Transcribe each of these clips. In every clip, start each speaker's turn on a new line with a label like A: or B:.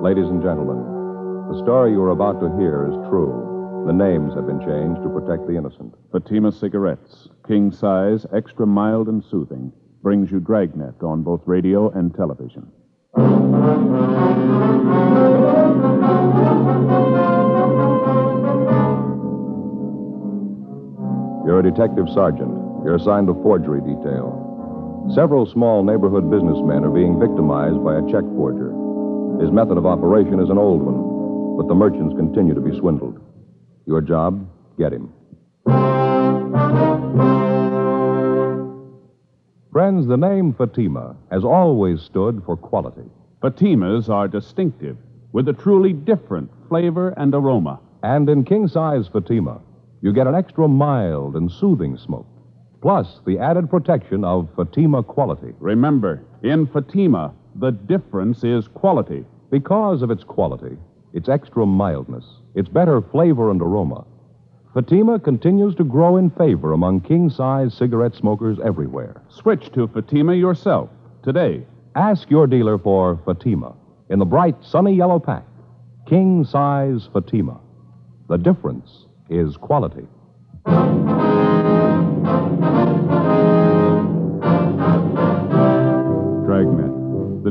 A: Ladies and gentlemen, the story you are about to hear is true. The names have been changed to protect the innocent.
B: Fatima Cigarettes, king size, extra mild and soothing, brings you Dragnet on both radio and television.
A: You're a detective sergeant. You're assigned to forgery detail. Several small neighborhood businessmen are being victimized by a check forger. His method of operation is an old one, but the merchants continue to be swindled. Your job? Get him. Friends, the name Fatima has always stood for quality.
B: Fatimas are distinctive, with a truly different flavor and aroma.
A: And in king size Fatima, you get an extra mild and soothing smoke, plus the added protection of Fatima quality.
B: Remember, in Fatima, the difference is quality.
A: Because of its quality, its extra mildness, its better flavor and aroma, Fatima continues to grow in favor among king size cigarette smokers everywhere.
B: Switch to Fatima yourself today.
A: Ask your dealer for Fatima in the bright, sunny yellow pack. King size Fatima. The difference is quality.
B: Dragnet, the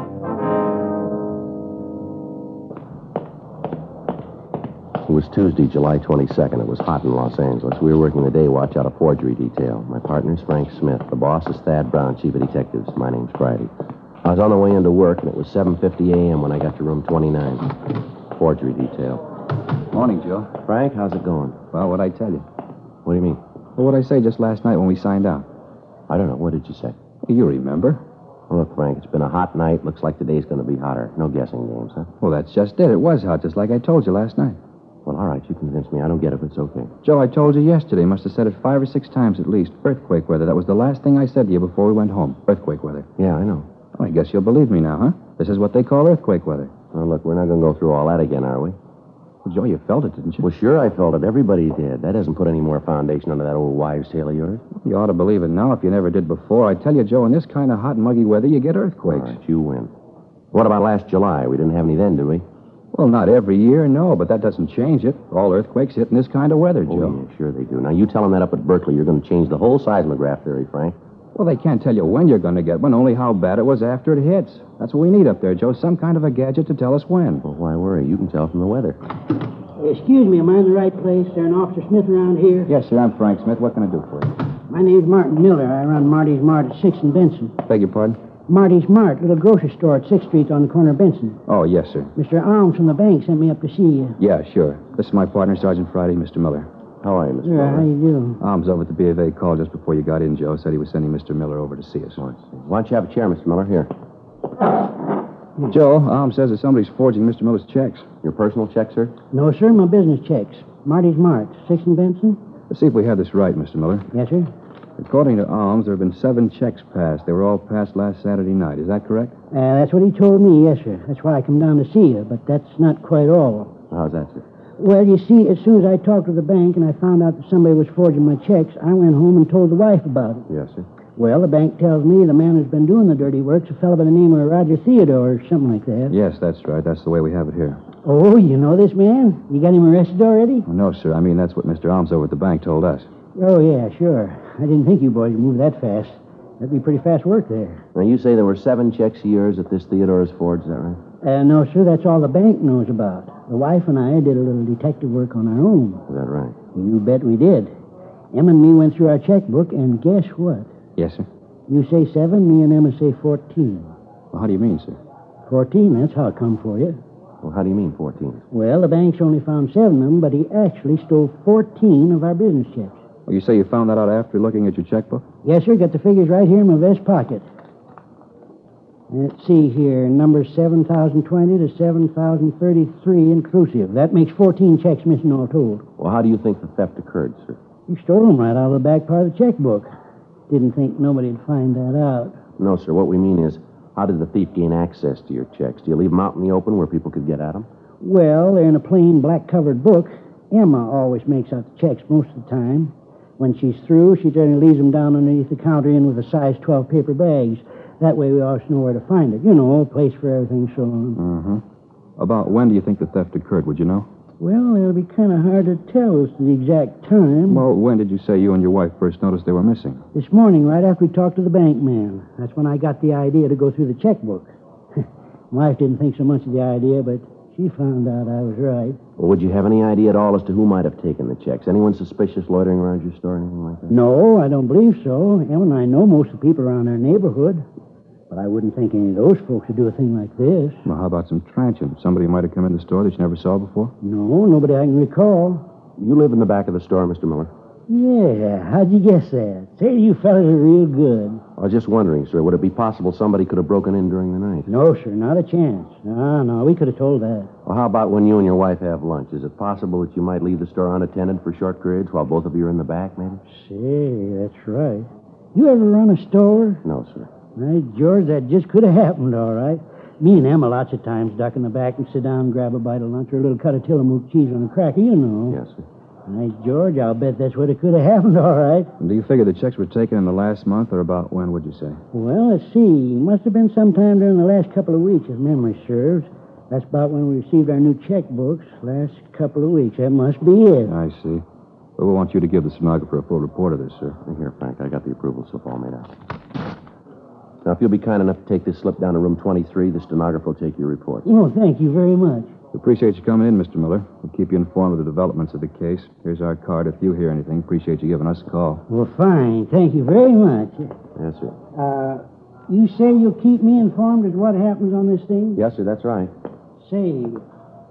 C: It was Tuesday, July 22nd. It was hot in Los Angeles. We were working the day watch out of forgery detail. My partner's Frank Smith. The boss is Thad Brown, chief of detectives. My name's Friday. I was on the way into work, and it was 7.50 a.m. when I got to room 29. Forgery detail.
D: Morning, Joe.
C: Frank, how's it going?
D: Well, what'd I tell you?
C: What do you mean?
D: Well, what'd I say just last night when we signed out?
C: I don't know. What did you say?
D: You remember.
C: Look, Frank, it's been a hot night. Looks like today's going to be hotter. No guessing games, huh?
D: Well, that's just it. It was hot, just like I told you last night.
C: Well, all right. You convinced me. I don't get it, but it's okay.
D: Joe, I told you yesterday. Must have said it five or six times at least. Earthquake weather. That was the last thing I said to you before we went home. Earthquake weather.
C: Yeah, I know.
D: Well, I guess you'll believe me now, huh? This is what they call earthquake weather.
C: Well, look, we're not going to go through all that again, are we?
D: Well, Joe, you felt it, didn't you?
C: Well, sure, I felt it. Everybody did. That doesn't put any more foundation under that old wives' tale of yours.
D: You ought to believe it now if you never did before. I tell you, Joe, in this kind of hot, muggy weather, you get earthquakes.
C: All right, you win. What about last July? We didn't have any then, did we?
D: Well, not every year, no, but that doesn't change it. All earthquakes hit in this kind of weather, Joe.
C: Oh, yeah, sure they do. Now, you tell them that up at Berkeley, you're going to change the whole seismograph theory, Frank.
D: Well, they can't tell you when you're going to get one, only how bad it was after it hits. That's what we need up there, Joe. Some kind of a gadget to tell us when.
C: Well, why worry? You can tell from the weather.
E: Excuse me, am I in the right place? There an Officer Smith around here?
D: Yes, sir. I'm Frank Smith. What can I do for you?
E: My name's Martin Miller. I run Marty's Mart at 6th and Benson.
D: Beg your pardon?
E: Marty's Mart, little grocery store at 6th Street on the corner of Benson.
D: Oh, yes, sir.
E: Mr. Alms from the bank sent me up to see you.
D: Yeah, sure. This is my partner, Sergeant Friday, Mr. Miller.
C: How are you, Mr.
E: Sir, how
C: Miller?
E: you do?
D: Alms over at the B of A called just before you got in, Joe. Said he was sending Mr. Miller over to see us.
C: Oh, Why don't you have a chair, Mr. Miller? Here.
D: Joe, Alms says that somebody's forging Mr. Miller's checks.
C: Your personal check, sir?
E: No, sir, my business checks. Marty's Mart, 6th and Benson?
D: Let's see if we have this right, Mr. Miller.
E: Yes, sir.
D: According to Alms, there have been seven checks passed. They were all passed last Saturday night. Is that correct?
E: Uh, that's what he told me, yes, sir. That's why I come down to see you, but that's not quite all.
C: How's that, sir?
E: Well, you see, as soon as I talked to the bank and I found out that somebody was forging my checks, I went home and told the wife about it.
C: Yes, sir.
E: Well, the bank tells me the man who's been doing the dirty work's a fellow by the name of Roger Theodore or something like that.
D: Yes, that's right. That's the way we have it here.
E: Oh, you know this man? You got him arrested already?
D: Well, no, sir. I mean, that's what Mr. Alms over at the bank told us.
E: Oh, yeah, sure. I didn't think you boys would move that fast. That'd be pretty fast work there.
C: Now, you say there were seven checks of yours that this Theodore has forged, is that right?
E: Uh, no, sir, that's all the bank knows about. The wife and I did a little detective work on our own.
C: Is that right?
E: You bet we did. Em and me went through our checkbook, and guess what?
D: Yes, sir.
E: You say seven, me and Emma say 14.
D: Well, how do you mean, sir?
E: 14, that's how it come for you.
C: Well, how do you mean 14?
E: Well, the bank's only found seven of them, but he actually stole 14 of our business checks.
D: Well, you say you found that out after looking at your checkbook?
E: Yes, sir. Got the figures right here in my vest pocket. Let's see here. Numbers 7,020 to 7,033 inclusive. That makes 14 checks missing all told.
C: Well, how do you think the theft occurred, sir?
E: You stole them right out of the back part of the checkbook. Didn't think nobody'd find that out.
C: No, sir. What we mean is, how did the thief gain access to your checks? Do you leave them out in the open where people could get at them?
E: Well, they're in a plain black covered book. Emma always makes out the checks most of the time. When she's through, she generally leaves them down underneath the counter in with a size 12 paper bags. That way we always know where to find it. You know, a place for everything, so on.
D: About when do you think the theft occurred, would you know?
E: Well, it'll be kind of hard to tell as to the exact time.
D: Well, when did you say you and your wife first noticed they were missing?
E: This morning, right after we talked to the bank man, that's when I got the idea to go through the checkbook. My wife didn't think so much of the idea, but she found out I was right.
C: Or would you have any idea at all as to who might have taken the checks? Anyone suspicious loitering around your store, anything like that?
E: No, I don't believe so. Emma and I know most of the people around our neighborhood. But I wouldn't think any of those folks would do a thing like this.
D: Well, how about some tranching? Somebody might have come in the store that you never saw before?
E: No, nobody I can recall.
C: You live in the back of the store, Mr. Miller.
E: Yeah, how'd you guess that? Say, you fellas are real good.
C: I was just wondering, sir, would it be possible somebody could have broken in during the night?
E: No, sir, not a chance. No, no, we could have told that.
C: Or how about when you and your wife have lunch? Is it possible that you might leave the store unattended for short periods while both of you are in the back, maybe?
E: Say, that's right. You ever run a store?
C: No, sir.
E: Hey, George, that just could have happened, all right. Me and Emma lots of times duck in the back and sit down, grab a bite of lunch or a little cut of Tillamook cheese on a cracker, you know.
C: Yes, sir.
E: Hey, George, I'll bet that's what it could have happened, all right.
D: And do you figure the checks were taken in the last month or about when, would you say?
E: Well, let's see. Must have been sometime during the last couple of weeks, if memory serves. That's about when we received our new checkbooks. Last couple of weeks. That must be it.
D: I see. Well, we want you to give the stenographer a full report of this, sir.
C: Here, Frank, I got the approval slip all made out. Now, if you'll be kind enough to take this slip down to room 23, the stenographer will take your report.
E: Oh, thank you very much.
D: We appreciate you coming in, Mr. Miller. We'll keep you informed of the developments of the case. Here's our card. If you hear anything, appreciate you giving us a call.
E: Well, fine. Thank you very much.
C: Yes, sir.
E: Uh, you say you'll keep me informed as what happens on this thing?
C: Yes, sir, that's right.
E: Say,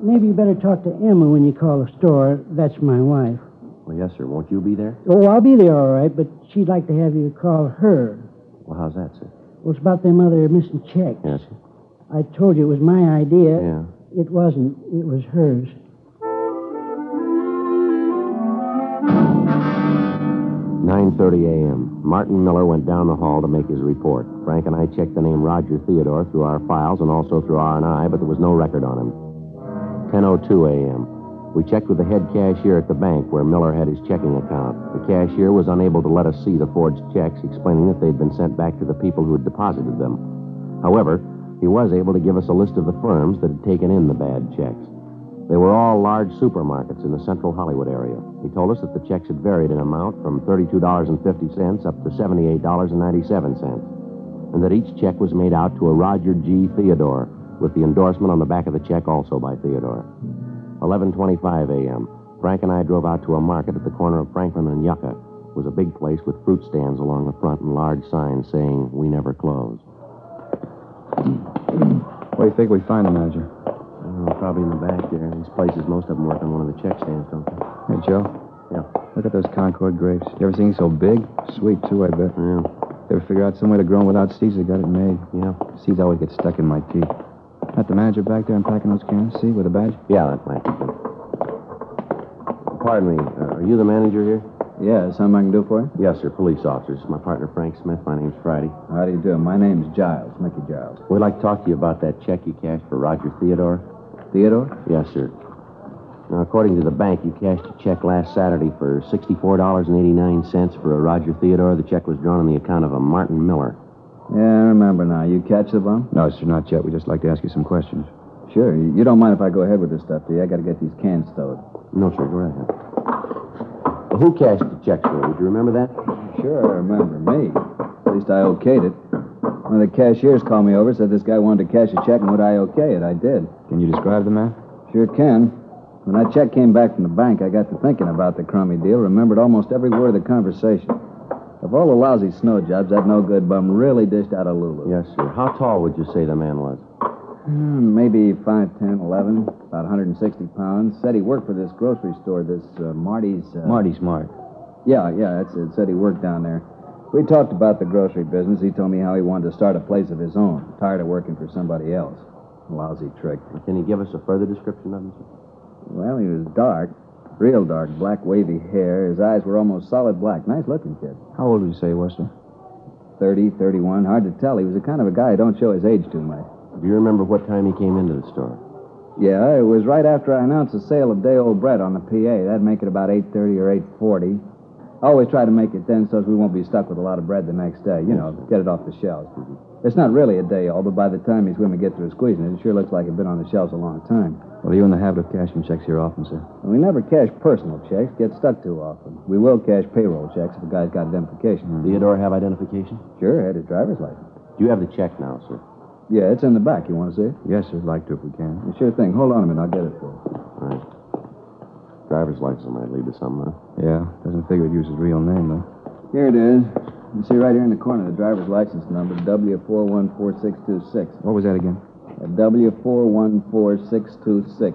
E: maybe you better talk to Emma when you call the store. That's my wife.
C: Well, yes, sir. Won't you be there?
E: Oh, I'll be there all right, but she'd like to have you call her.
C: Well, how's that, sir?
E: Well, it's about them other missing checks.
C: Yes, sir.
E: I told you it was my idea.
C: Yeah.
E: It wasn't. It was hers.
C: Nine thirty a.m. Martin Miller went down the hall to make his report. Frank and I checked the name Roger Theodore through our files and also through R and I, but there was no record on him. Ten o two a.m. We checked with the head cashier at the bank where Miller had his checking account. The cashier was unable to let us see the forged checks, explaining that they'd been sent back to the people who had deposited them. However, he was able to give us a list of the firms that had taken in the bad checks. They were all large supermarkets in the central Hollywood area. He told us that the checks had varied in amount from $32.50 up to $78.97, and that each check was made out to a Roger G. Theodore, with the endorsement on the back of the check also by Theodore. 11:25 a.m. Frank and I drove out to a market at the corner of Franklin and Yucca. It was a big place with fruit stands along the front and large signs saying "We never close."
D: What do you think we find him, Manager?
C: I don't know, Oh, probably in the back there. These places, most of them work on one of the check stands, don't they?
D: Hey, Joe,
C: Yeah.
D: look at those Concord grapes. You ever seen so big? Sweet, too, I bet.
C: Yeah.
D: Ever figure out some way to grow them without seeds? They got it made.
C: Yeah.
D: Seeds always get stuck in my teeth. That the manager back there unpacking those cans, see, with a badge?
C: Yeah, that might be good. Pardon me, uh, are you the manager here?
D: Yeah, is something I can do for you?
C: Yes, sir, police officer. This is my partner, Frank Smith. My name's Friday.
D: How do you do? My name's Giles, Mickey Giles.
C: We'd like to talk to you about that check you cashed for Roger Theodore.
D: Theodore?
C: Yes, sir. Now, according to the bank, you cashed a check last Saturday for $64.89 for a Roger Theodore. The check was drawn on the account of a Martin Miller.
D: Yeah, I remember now. You catch the bum? No, sir, not yet. We'd just like to ask you some questions. Sure. You you don't mind if I go ahead with this stuff, do you? I gotta get these cans stowed.
C: No, sir, go right ahead. Who cashed the check, sir? Would you remember that?
D: Sure, I remember me. At least I okayed it. One of the cashiers called me over, said this guy wanted to cash a check, and would I okay it? I did. Can you describe the man? Sure can. When that check came back from the bank, I got to thinking about the crummy deal, remembered almost every word of the conversation. Of all the lousy snow jobs, that no good bum really dished out of Lulu.
C: Yes, sir. How tall would you say the man was?
D: Hmm, maybe 5'10, 11, about 160 pounds. Said he worked for this grocery store, this uh, Marty's. Uh,
C: Marty's Mart.
D: yeah, yeah, that's it. Said he worked down there. We talked about the grocery business. He told me how he wanted to start a place of his own, tired of working for somebody else. Lousy trick.
C: Can you give us a further description of him, sir?
D: Well, he was dark, real dark, black wavy hair. His eyes were almost solid black. Nice looking kid.
C: How old would you say he was, sir?
D: 30, 31. Hard to tell. He was the kind of a guy who don't show his age too much.
C: Do you remember what time he came into the store?
D: Yeah, it was right after I announced the sale of day-old bread on the PA. That'd make it about 8.30 or 8.40. I always try to make it then so as we won't be stuck with a lot of bread the next day. You know, get it off the shelves. It's not really a day-old, but by the time these women get through squeezing it, it sure looks like it'd been on the shelves a long time.
F: Well, are you in the habit of cashing checks here often, sir?
D: And we never cash personal checks, get stuck too often. We will cash payroll checks if a guy's got identification.
F: Mm-hmm.
C: Theodore have identification?
D: Sure, had his driver's license.
C: Do you have the check now, sir?
D: Yeah, it's in the back. You want to see it?
F: Yes, sir. I'd like to if we can.
D: Sure thing. Hold on a minute. I'll get it for you.
C: All right. Driver's license might lead to something, huh?
F: Yeah, doesn't figure it uses real name, though.
D: Here it is. You see right here in the corner the driver's license number, W414626.
F: What was that again?
D: Uh, W414626.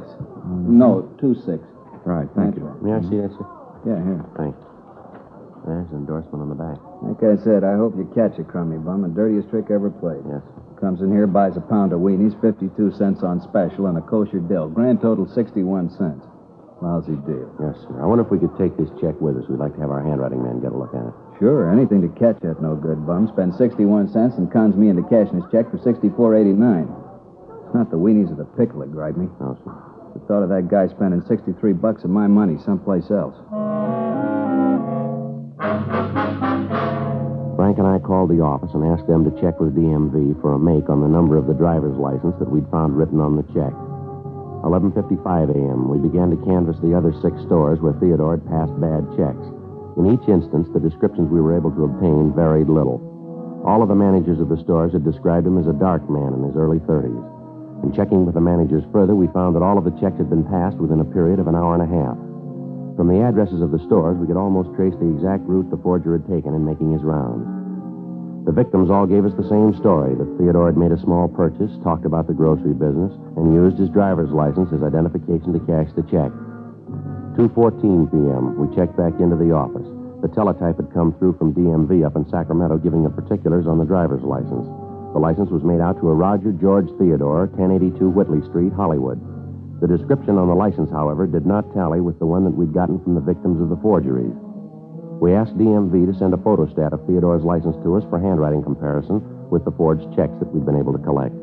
D: No, 26.
F: Mm-hmm. Right, thank
D: That's
F: you.
D: right.
C: May I see that, sir?
D: Yeah, here.
C: Thanks. There's an endorsement on the back.
D: Like I said, I hope you catch a crummy bum. The dirtiest trick ever played.
C: Yes.
D: Comes in here, buys a pound of weenies, 52 cents on special, and a kosher dill. Grand total 61 cents. Lousy deal.
C: Yes, sir. I wonder if we could take this check with us. We'd like to have our handwriting man get a look at it.
D: Sure, anything to catch that no good bum. Spends 61 cents and cons me into cashing his check for 64.89. It's not the weenies or the pickle that gripe me.
C: No, sir.
D: The thought of that guy spending 63 bucks of my money someplace else.
C: Frank and I called the office and asked them to check with DMV for a make on the number of the driver's license that we'd found written on the check. 11:55 a.m. We began to canvass the other six stores where Theodore had passed bad checks. In each instance, the descriptions we were able to obtain varied little. All of the managers of the stores had described him as a dark man in his early 30s. In checking with the managers further, we found that all of the checks had been passed within a period of an hour and a half. From the addresses of the stores, we could almost trace the exact route the forger had taken in making his rounds. The victims all gave us the same story that Theodore had made a small purchase, talked about the grocery business, and used his driver's license as identification to cash the check. 2:14 p.m. We checked back into the office. The teletype had come through from DMV up in Sacramento giving the particulars on the driver's license. The license was made out to a Roger George Theodore, 1082 Whitley Street, Hollywood. The description on the license, however, did not tally with the one that we'd gotten from the victims of the forgeries. We asked DMV to send a photostat of Theodore's license to us for handwriting comparison with the forged checks that we'd been able to collect.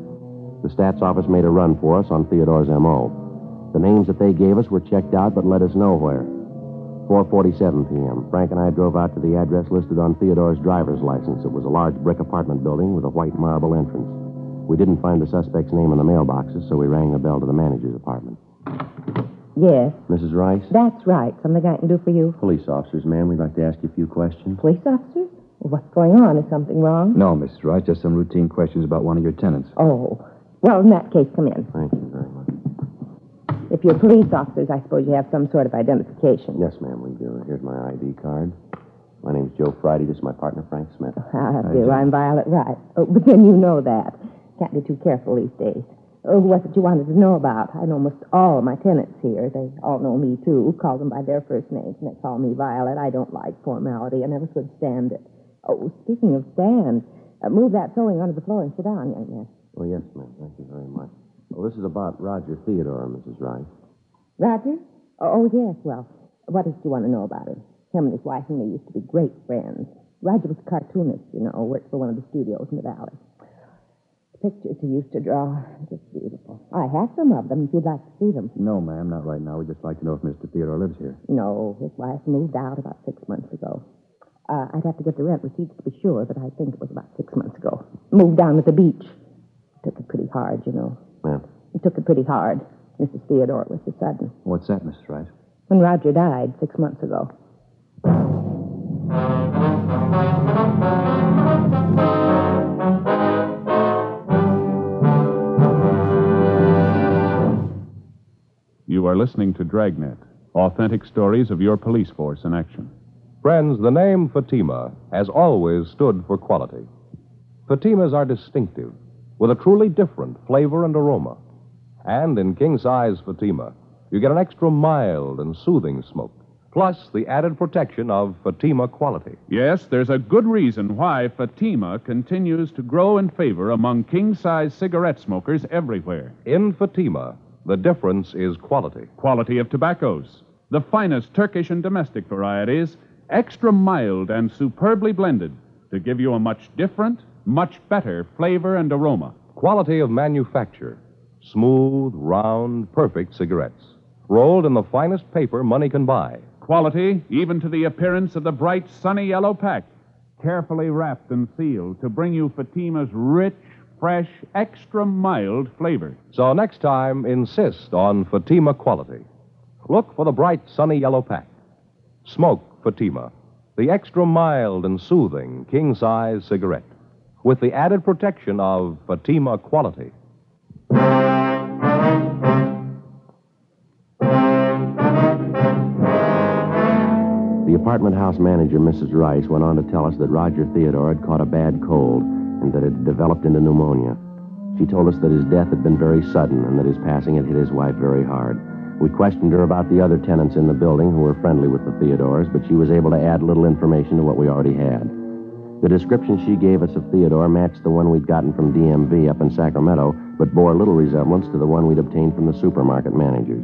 C: The stats office made a run for us on Theodore's MO. The names that they gave us were checked out but led us nowhere. 4:47 p.m. Frank and I drove out to the address listed on Theodore's driver's license. It was a large brick apartment building with a white marble entrance. We didn't find the suspect's name in the mailboxes, so we rang the bell to the manager's apartment.
G: Yes,
C: Mrs. Rice,
G: that's right. Something I can do for you.
C: police officers, ma'am, we'd like to ask you a few questions.
G: Police officers? What's going on? Is something wrong?
F: No, Mrs. Rice, just some routine questions about one of your tenants.
G: Oh. Well, in that case, come in.
C: Thank you very much.
G: If you're police officers, I suppose you have some sort of identification.
C: Yes, ma'am, we do. Here's my ID card. My name's Joe Friday. This is my partner, Frank Smith.
G: Ah, dear, I'm Violet Wright. Oh, but then you know that. Can't be too careful these days. Oh, what's it you wanted to know about? I know most all of my tenants here. They all know me, too. Call them by their first names, and they call me Violet. I don't like formality. I never could stand it. Oh, speaking of stand, uh, move that sewing onto the floor and sit down, young man.
C: Oh, yes, ma'am. Thank you very much. Well, this is about Roger Theodore, Mrs. Rice.
G: Roger? Oh, oh, yes. Well, what did you want to know about him? Him and his wife and me used to be great friends. Roger was a cartoonist, you know, worked for one of the studios in the valley. Pictures he used to draw, just beautiful. I have some of them if you'd like to see them.
F: No, ma'am, not right now. We'd just like to know if Mr. Theodore lives here.
G: No, his wife moved out about six months ago. Uh, I'd have to get the rent receipts to be sure, but I think it was about six months ago. Moved down to the beach. Took it pretty hard, you know.
C: Ma'am.
G: He took it pretty hard. Mrs. Theodore was the sudden.
F: What's that, Mrs. Rice?
G: When Roger died six months ago.
B: You are listening to Dragnet, authentic stories of your police force in action.
A: Friends, the name Fatima has always stood for quality. Fatimas are distinctive, with a truly different flavor and aroma. And in king size Fatima, you get an extra mild and soothing smoke, plus the added protection of Fatima quality.
B: Yes, there's a good reason why Fatima continues to grow in favor among king size cigarette smokers everywhere.
A: In Fatima, the difference is quality.
B: Quality of tobaccos, the finest Turkish and domestic varieties, extra mild and superbly blended to give you a much different, much better flavor and aroma.
A: Quality of manufacture. Smooth, round, perfect cigarettes. Rolled in the finest paper money can buy.
B: Quality, even to the appearance of the bright, sunny yellow pack, carefully wrapped and sealed to bring you Fatima's rich, fresh, extra mild flavor.
A: So next time, insist on Fatima quality. Look for the bright, sunny yellow pack. Smoke Fatima, the extra mild and soothing king size cigarette with the added protection of Fatima quality.
C: The apartment house manager, Mrs. Rice, went on to tell us that Roger Theodore had caught a bad cold and that it had developed into pneumonia. She told us that his death had been very sudden and that his passing had hit his wife very hard. We questioned her about the other tenants in the building who were friendly with the Theodores, but she was able to add little information to what we already had. The description she gave us of Theodore matched the one we'd gotten from DMV up in Sacramento, but bore little resemblance to the one we'd obtained from the supermarket managers.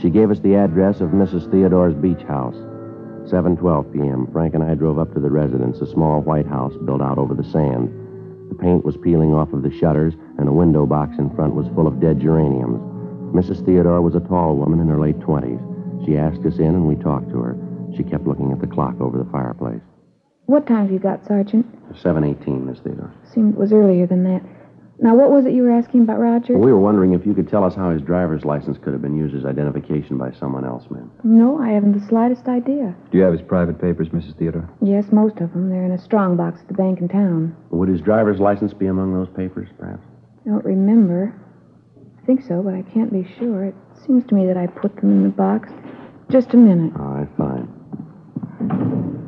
C: She gave us the address of Mrs. Theodore's beach house. 7:12 p.m. Frank and I drove up to the residence, a small white house built out over the sand. The paint was peeling off of the shutters, and a window box in front was full of dead geraniums. Mrs. Theodore was a tall woman in her late 20s. She asked us in, and we talked to her. She kept looking at the clock over the fireplace.
H: What time have you got, Sergeant?
C: 7:18, Miss Theodore.
H: Seemed it was earlier than that. Now, what was it you were asking about Roger?
C: We were wondering if you could tell us how his driver's license could have been used as identification by someone else, ma'am.
H: No, I haven't the slightest idea.
F: Do you have his private papers, Mrs. Theodore?
H: Yes, most of them. They're in a strong box at the bank in town.
C: Would his driver's license be among those papers, perhaps?
H: I don't remember. I think so, but I can't be sure. It seems to me that I put them in the box. Just a minute.
C: All right, fine.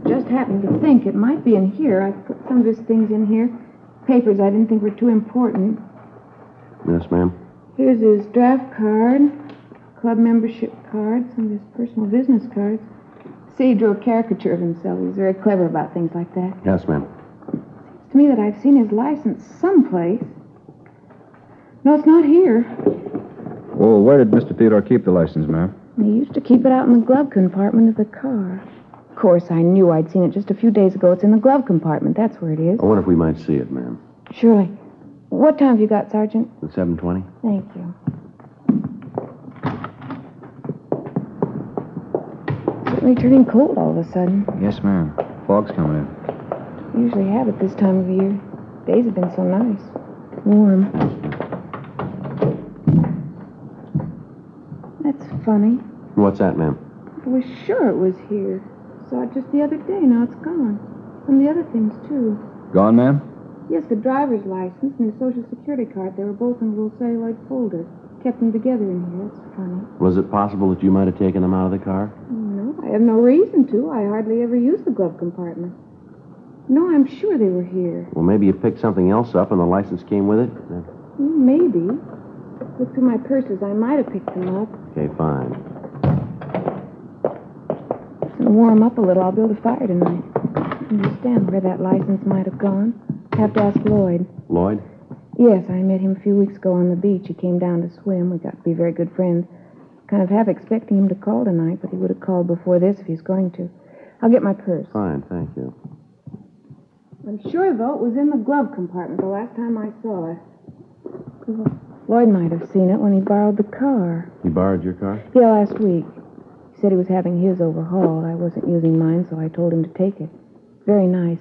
H: Just happened to think it might be in here. I put some of his things in here. Papers I didn't think were too important.
C: Yes, ma'am.
H: Here's his draft card, club membership card, some of his personal business cards. See, he drew a caricature of himself. He was very clever about things like that.
C: Yes, ma'am.
H: It's to me that I've seen his license someplace. No, it's not here.
F: Well, where did Mr. Theodore keep the license, ma'am?
H: He used to keep it out in the glove compartment of the car. Of course, I knew I'd seen it just a few days ago. It's in the glove compartment. That's where it is.
C: I wonder if we might see it, ma'am.
H: Surely. What time have you got, Sergeant?
C: At 7:20.
H: Thank you. Certainly turning cold all of a sudden.
F: Yes, ma'am. Fog's coming in.
H: Usually have it this time of year. Days have been so nice. Warm. That's funny.
C: What's that, ma'am?
H: I was sure it was here. Saw it just the other day. Now it's gone. And the other things, too.
F: Gone, ma'am?
H: Yes, the driver's license and his social security card. They were both in a little celluloid folder. Kept them together in here. That's funny.
C: Was it possible that you might have taken him out of the car?
H: No, I have no reason to. I hardly ever use the glove compartment. No, I'm sure they were here.
C: Well, maybe you picked something else up and the license came with it.
H: Mm, Maybe. Look through my purses. I might have picked them up.
C: Okay, fine.
H: It's gonna warm up a little. I'll build a fire tonight. I understand where that license might have gone. Have to ask Lloyd.
C: Lloyd?
H: Yes, I met him a few weeks ago on the beach. He came down to swim. We got to be very good friends. Kind of half expecting him to call tonight, but he would have called before this if he's going to. I'll get my purse.
C: Fine, thank you.
H: I'm sure, though, it was in the glove compartment the last time I saw it. Lloyd might have seen it when he borrowed the car.
C: He borrowed your car?
H: Yeah, last week. He said he was having his overhauled. I wasn't using mine, so I told him to take it. Very nice.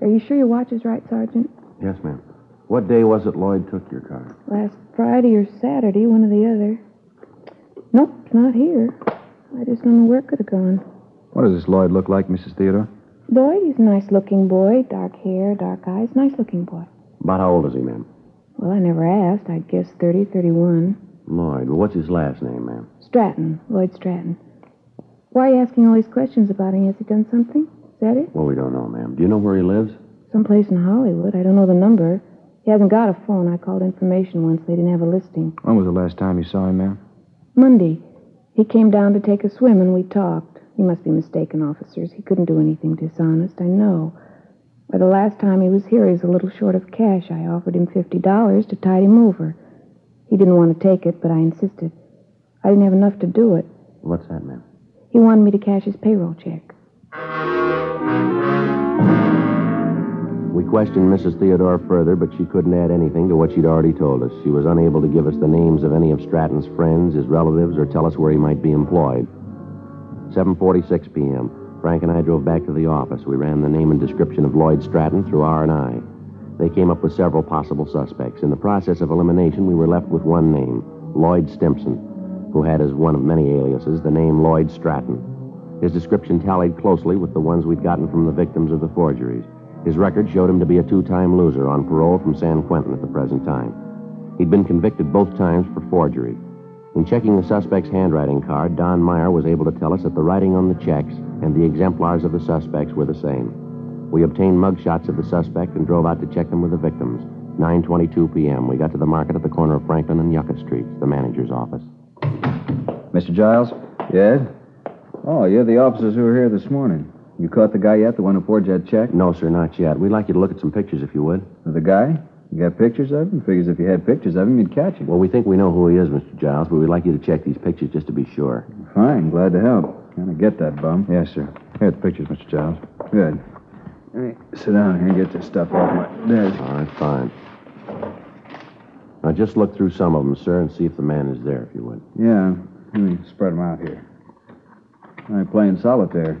H: Are you sure your watch is right, Sergeant?
C: Yes, ma'am. What day was it Lloyd took your car?
H: Last Friday or Saturday, one or the other. Nope, it's not here. I just don't know where it could have gone.
F: What does this Lloyd look like, Mrs. Theodore?
H: Lloyd, he's a nice looking boy. Dark hair, dark eyes. Nice looking boy.
C: About how old is he, ma'am?
H: Well, I never asked. I'd guess 30, 31.
C: Lloyd. Well, what's his last name, ma'am?
H: Stratton, Lloyd Stratton. Why are you asking all these questions about him? Has he done something? Is that it?
C: Well, we don't know, ma'am. Do you know where he lives?
H: Someplace in Hollywood. I don't know the number. He hasn't got a phone. I called information once. They didn't have a listing.
F: When was the last time you saw him, ma'am?
H: Monday. He came down to take a swim and we talked. You must be mistaken, officers. He couldn't do anything dishonest, I know. But the last time he was here, he was a little short of cash. I offered him $50 to tide him over. He didn't want to take it, but I insisted. I didn't have enough to do it.
C: What's that, ma'am?
H: He wanted me to cash his payroll check.
C: We questioned Mrs. Theodore further, but she couldn't add anything to what she'd already told us. She was unable to give us the names of any of Stratton's friends, his relatives, or tell us where he might be employed. 7:46 p.m. Frank and I drove back to the office. We ran the name and description of Lloyd Stratton through R&I. They came up with several possible suspects. In the process of elimination, we were left with one name, Lloyd Stimson, who had as one of many aliases the name Lloyd Stratton. His description tallied closely with the ones we'd gotten from the victims of the forgeries. His record showed him to be a two-time loser on parole from San Quentin at the present time. He'd been convicted both times for forgery. In checking the suspect's handwriting card, Don Meyer was able to tell us that the writing on the checks and the exemplars of the suspects were the same. We obtained mugshots of the suspect and drove out to check them with the victims. 9:22 p.m. We got to the market at the corner of Franklin and Yucca Streets, the manager's office.
D: Mr. Giles? Yes? Oh, you're the officers who were here this morning. You caught the guy yet, the one who forged that check?
C: No, sir, not yet. We'd like you to look at some pictures if you would.
D: The guy? You got pictures of him? Figures if you had pictures of him, you'd catch him.
C: Well, we think we know who he is, Mr. Giles, but we'd like you to check these pictures just to be sure.
D: Fine, glad to help. Kind of get that bum.
F: Yes, sir. Here are the pictures, Mr. Giles.
D: Good. Let me sit down here and get this stuff off my desk.
C: All right, fine. Now just look through some of them, sir, and see if the man is there, if you would.
D: Yeah, let me spread them out here. I'm playing solitaire.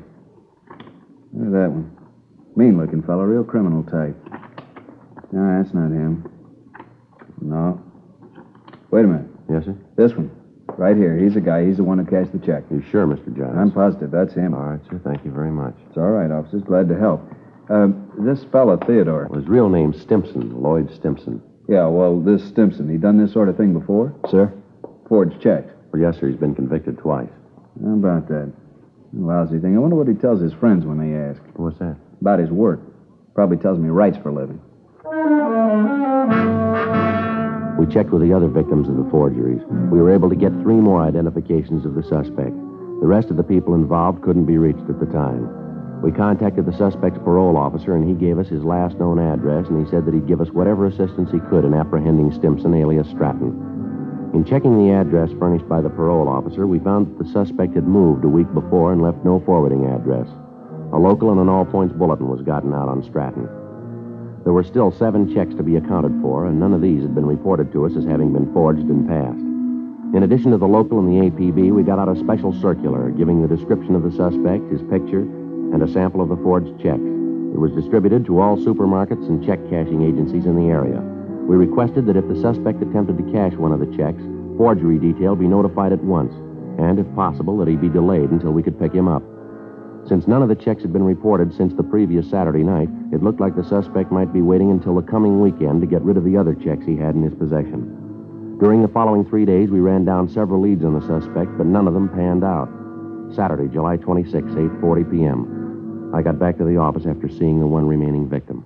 D: Look at that one. Mean looking fellow, real criminal type. No, that's not him. No. Wait a minute.
C: Yes, sir.
D: This one. Right here. He's the guy. He's the one who cashed the check.
C: You sure, Mr. Giles?
D: I'm positive. That's him.
C: All right, sir. Thank you very much.
D: It's all right, officers. Glad to help. Uh, this fellow, Theodore.
C: Well, his real name's Stimson, Lloyd Stimson.
D: Yeah, well, this Stimson. He done this sort of thing before?
C: Sir?
D: Forged checks.
C: Well, yes, sir. He's been convicted twice.
D: How about that? Lousy thing. I wonder what he tells his friends when they ask.
C: What's that?
D: About his work. Probably tells me he writes for a living.
C: We checked with the other victims of the forgeries. We were able to get three more identifications of the suspect. The rest of the people involved couldn't be reached at the time. We contacted the suspect's parole officer, and he gave us his last known address, and he said that he'd give us whatever assistance he could in apprehending Stimson, alias Stratton. In checking the address furnished by the parole officer, we found that the suspect had moved a week before and left no forwarding address. A local and an all points bulletin was gotten out on Stratton. There were still seven checks to be accounted for, and none of these had been reported to us as having been forged and passed. In addition to the local and the APB, we got out a special circular giving the description of the suspect, his picture, and a sample of the forged checks. It was distributed to all supermarkets and check cashing agencies in the area. We requested that if the suspect attempted to cash one of the checks, forgery detail be notified at once, and if possible, that he be delayed until we could pick him up. Since none of the checks had been reported since the previous Saturday night, it looked like the suspect might be waiting until the coming weekend to get rid of the other checks he had in his possession. During the following three days, we ran down several leads on the suspect, but none of them panned out. Saturday, July 26, 8.40 p.m. I got back to the office after seeing the one remaining victim.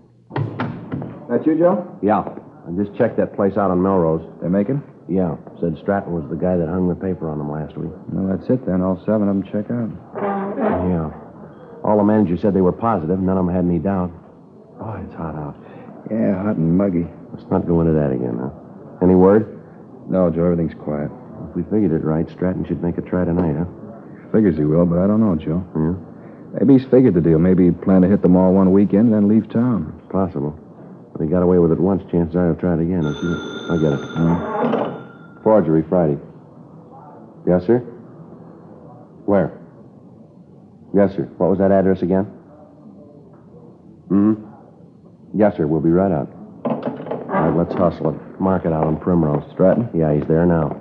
D: That you, Joe?
C: Yeah, I just checked that place out on Melrose.
D: They make him?
C: Yeah, said Stratton was the guy that hung the paper on him last week.
F: Well, that's it then. All seven of them check out.
C: Yeah. All the managers said they were positive. None of them had any doubt. Boy, it's hot out.
F: Yeah, hot and muggy.
C: Let's not go into that again, huh? Any word?
F: No, Joe, everything's quiet.
C: If we figured it right, Stratton should make a try tonight, huh?
F: Figures he will, but I don't know, Joe.
C: Yeah.
F: Maybe he's figured the deal. Maybe he planned to hit them all one weekend and then leave town.
C: It's possible. If he got away with it once, chances are he'll try it again. If you... I get it. Mm-hmm. Forgery Friday. Yes, sir? Where? Yes, sir. What was that address again? Hmm? Yes, sir. We'll be right out. All right, let's hustle it. Mark it out on Primrose. Stratton? Yeah, he's there now.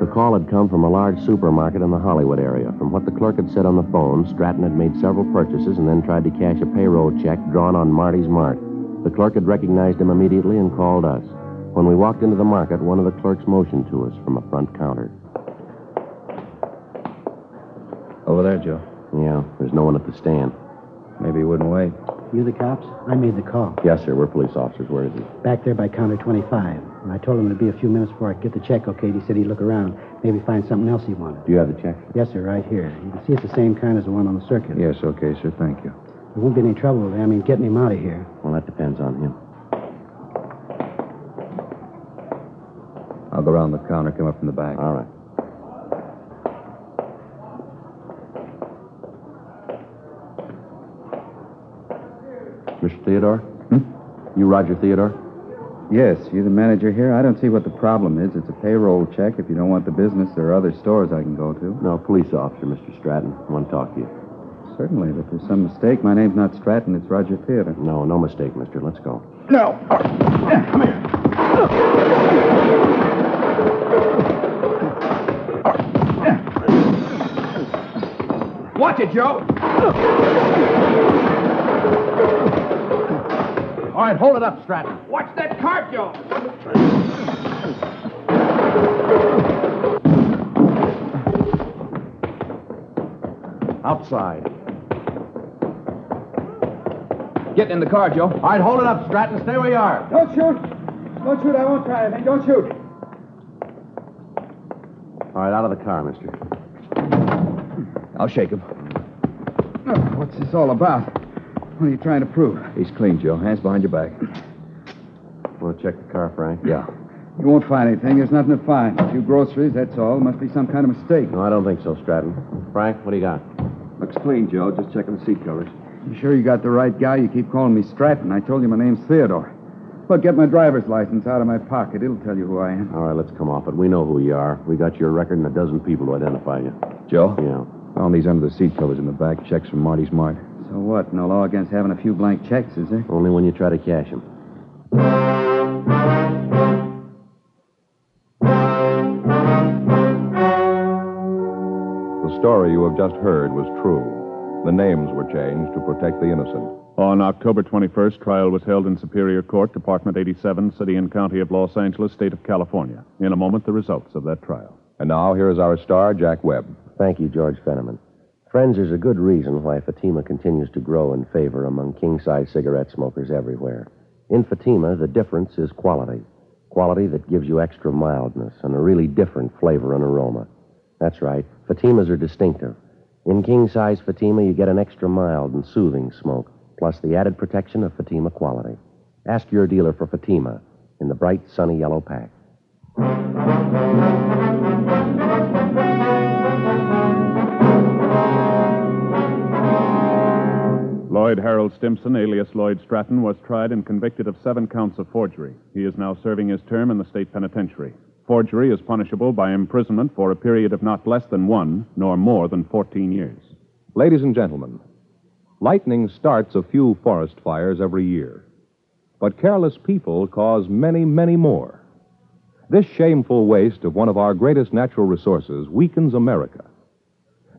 C: The call had come from a large supermarket in the Hollywood area. From what the clerk had said on the phone, Stratton had made several purchases and then tried to cash a payroll check drawn on Marty's mark. The clerk had recognized him immediately and called us. When we walked into the market, one of the clerks motioned to us from a front counter.
F: Over there, Joe.
C: Yeah, there's no one at the stand.
F: Maybe he wouldn't wait.
E: You the cops? I made the call.
C: Yes, sir. We're police officers. Where is he?
E: Back there by counter 25. And I told him it'd be a few minutes before I could get the check okay. He said he'd look around, maybe find something else he wanted.
C: Do you have the check?
E: Yes, sir, right here. You can see it's the same kind as the one on the circuit.
F: Yes, okay, sir. Thank you.
E: There won't be any trouble. I mean, getting him out of here.
C: Well, that depends on him.
F: I'll go around the counter, come up from the back.
D: Ah,
C: All right. Mr. Theodore? You Roger Theodore?
D: Yes, you're the manager here. I don't see what the problem is. It's a payroll check. If you don't want the business, there are other stores I can go to.
C: No, police officer, Mr. Stratton. Want to talk to you.
D: Certainly, but there's some mistake. My name's not Stratton. It's Roger Theodore.
C: No, no mistake, mister. Let's go.
I: No. Watch it, Joe.
J: All right, hold it up, Stratton.
I: Watch that car, Joe.
J: Outside.
I: Get in the car, Joe.
J: All right, hold it up, Stratton. Stay where you are.
I: Don't shoot. Don't shoot. I won't try anything. Don't shoot.
C: All right, out of the car, mister.
I: I'll shake him.
D: What's this all about? What are you trying to prove?
F: He's clean, Joe. Hands behind your back.
C: Want to check the car, Frank?
F: Yeah.
D: You won't find anything. There's nothing to find. A few groceries, that's all. Must be some kind of mistake.
C: No, I don't think so, Stratton. Frank, what do you got?
F: Looks clean, Joe. Just checking the seat covers.
D: You sure you got the right guy? You keep calling me Stratton. I told you my name's Theodore. Look, get my driver's license out of my pocket. It'll tell you who I am.
C: All right, let's come off it. We know who you are. We got your record and a dozen people to identify you.
F: Joe?
C: Yeah.
F: Found these under the seat covers in the back. Checks from Marty's Mart.
D: So what? No law against having a few blank checks, is there?
C: Only when you try to cash them.
A: The story you have just heard was true. The names were changed to protect the innocent.
B: On October 21st, trial was held in Superior Court, Department 87, City and County of Los Angeles, State of California. In a moment, the results of that trial.
A: And now here is our star, Jack Webb.
C: Thank you, George Fenneman. Friends, there's a good reason why Fatima continues to grow in favor among king size cigarette smokers everywhere. In Fatima, the difference is quality quality that gives you extra mildness and a really different flavor and aroma. That's right, Fatimas are distinctive. In king size Fatima, you get an extra mild and soothing smoke, plus the added protection of Fatima quality. Ask your dealer for Fatima in the bright, sunny yellow pack.
B: Lloyd Harold Stimson, alias Lloyd Stratton, was tried and convicted of seven counts of forgery. He is now serving his term in the state penitentiary. Forgery is punishable by imprisonment for a period of not less than one, nor more than 14 years.
A: Ladies and gentlemen, lightning starts a few forest fires every year, but careless people cause many, many more. This shameful waste of one of our greatest natural resources weakens America.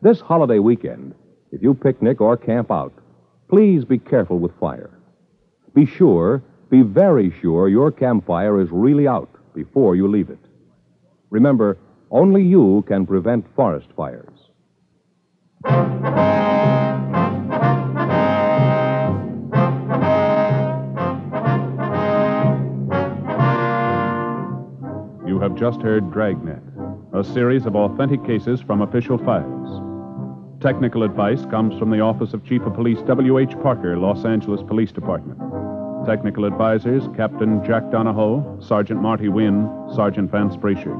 A: This holiday weekend, if you picnic or camp out, please be careful with fire. Be sure, be very sure your campfire is really out before you leave it. Remember, only you can prevent forest fires.
B: You have just heard Dragnet, a series of authentic cases from official files. Technical advice comes from the Office of Chief of Police W.H. Parker, Los Angeles Police Department. Technical advisors Captain Jack Donahoe, Sergeant Marty Wynn, Sergeant Vance Brasher.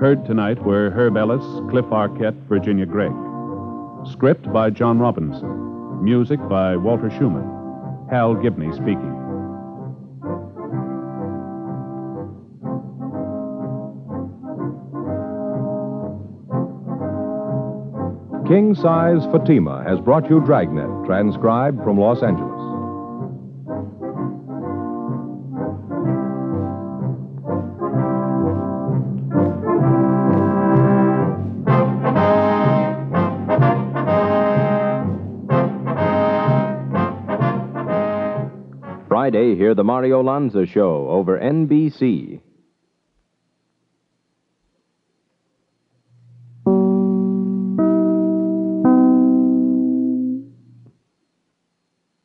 B: Heard tonight were Herb Ellis, Cliff Arquette, Virginia Gregg. Script by John Robinson. Music by Walter Schumann. Hal Gibney speaking.
A: King Size Fatima has brought you Dragnet, transcribed from Los Angeles.
K: Friday, hear the Mario Lanza Show over NBC.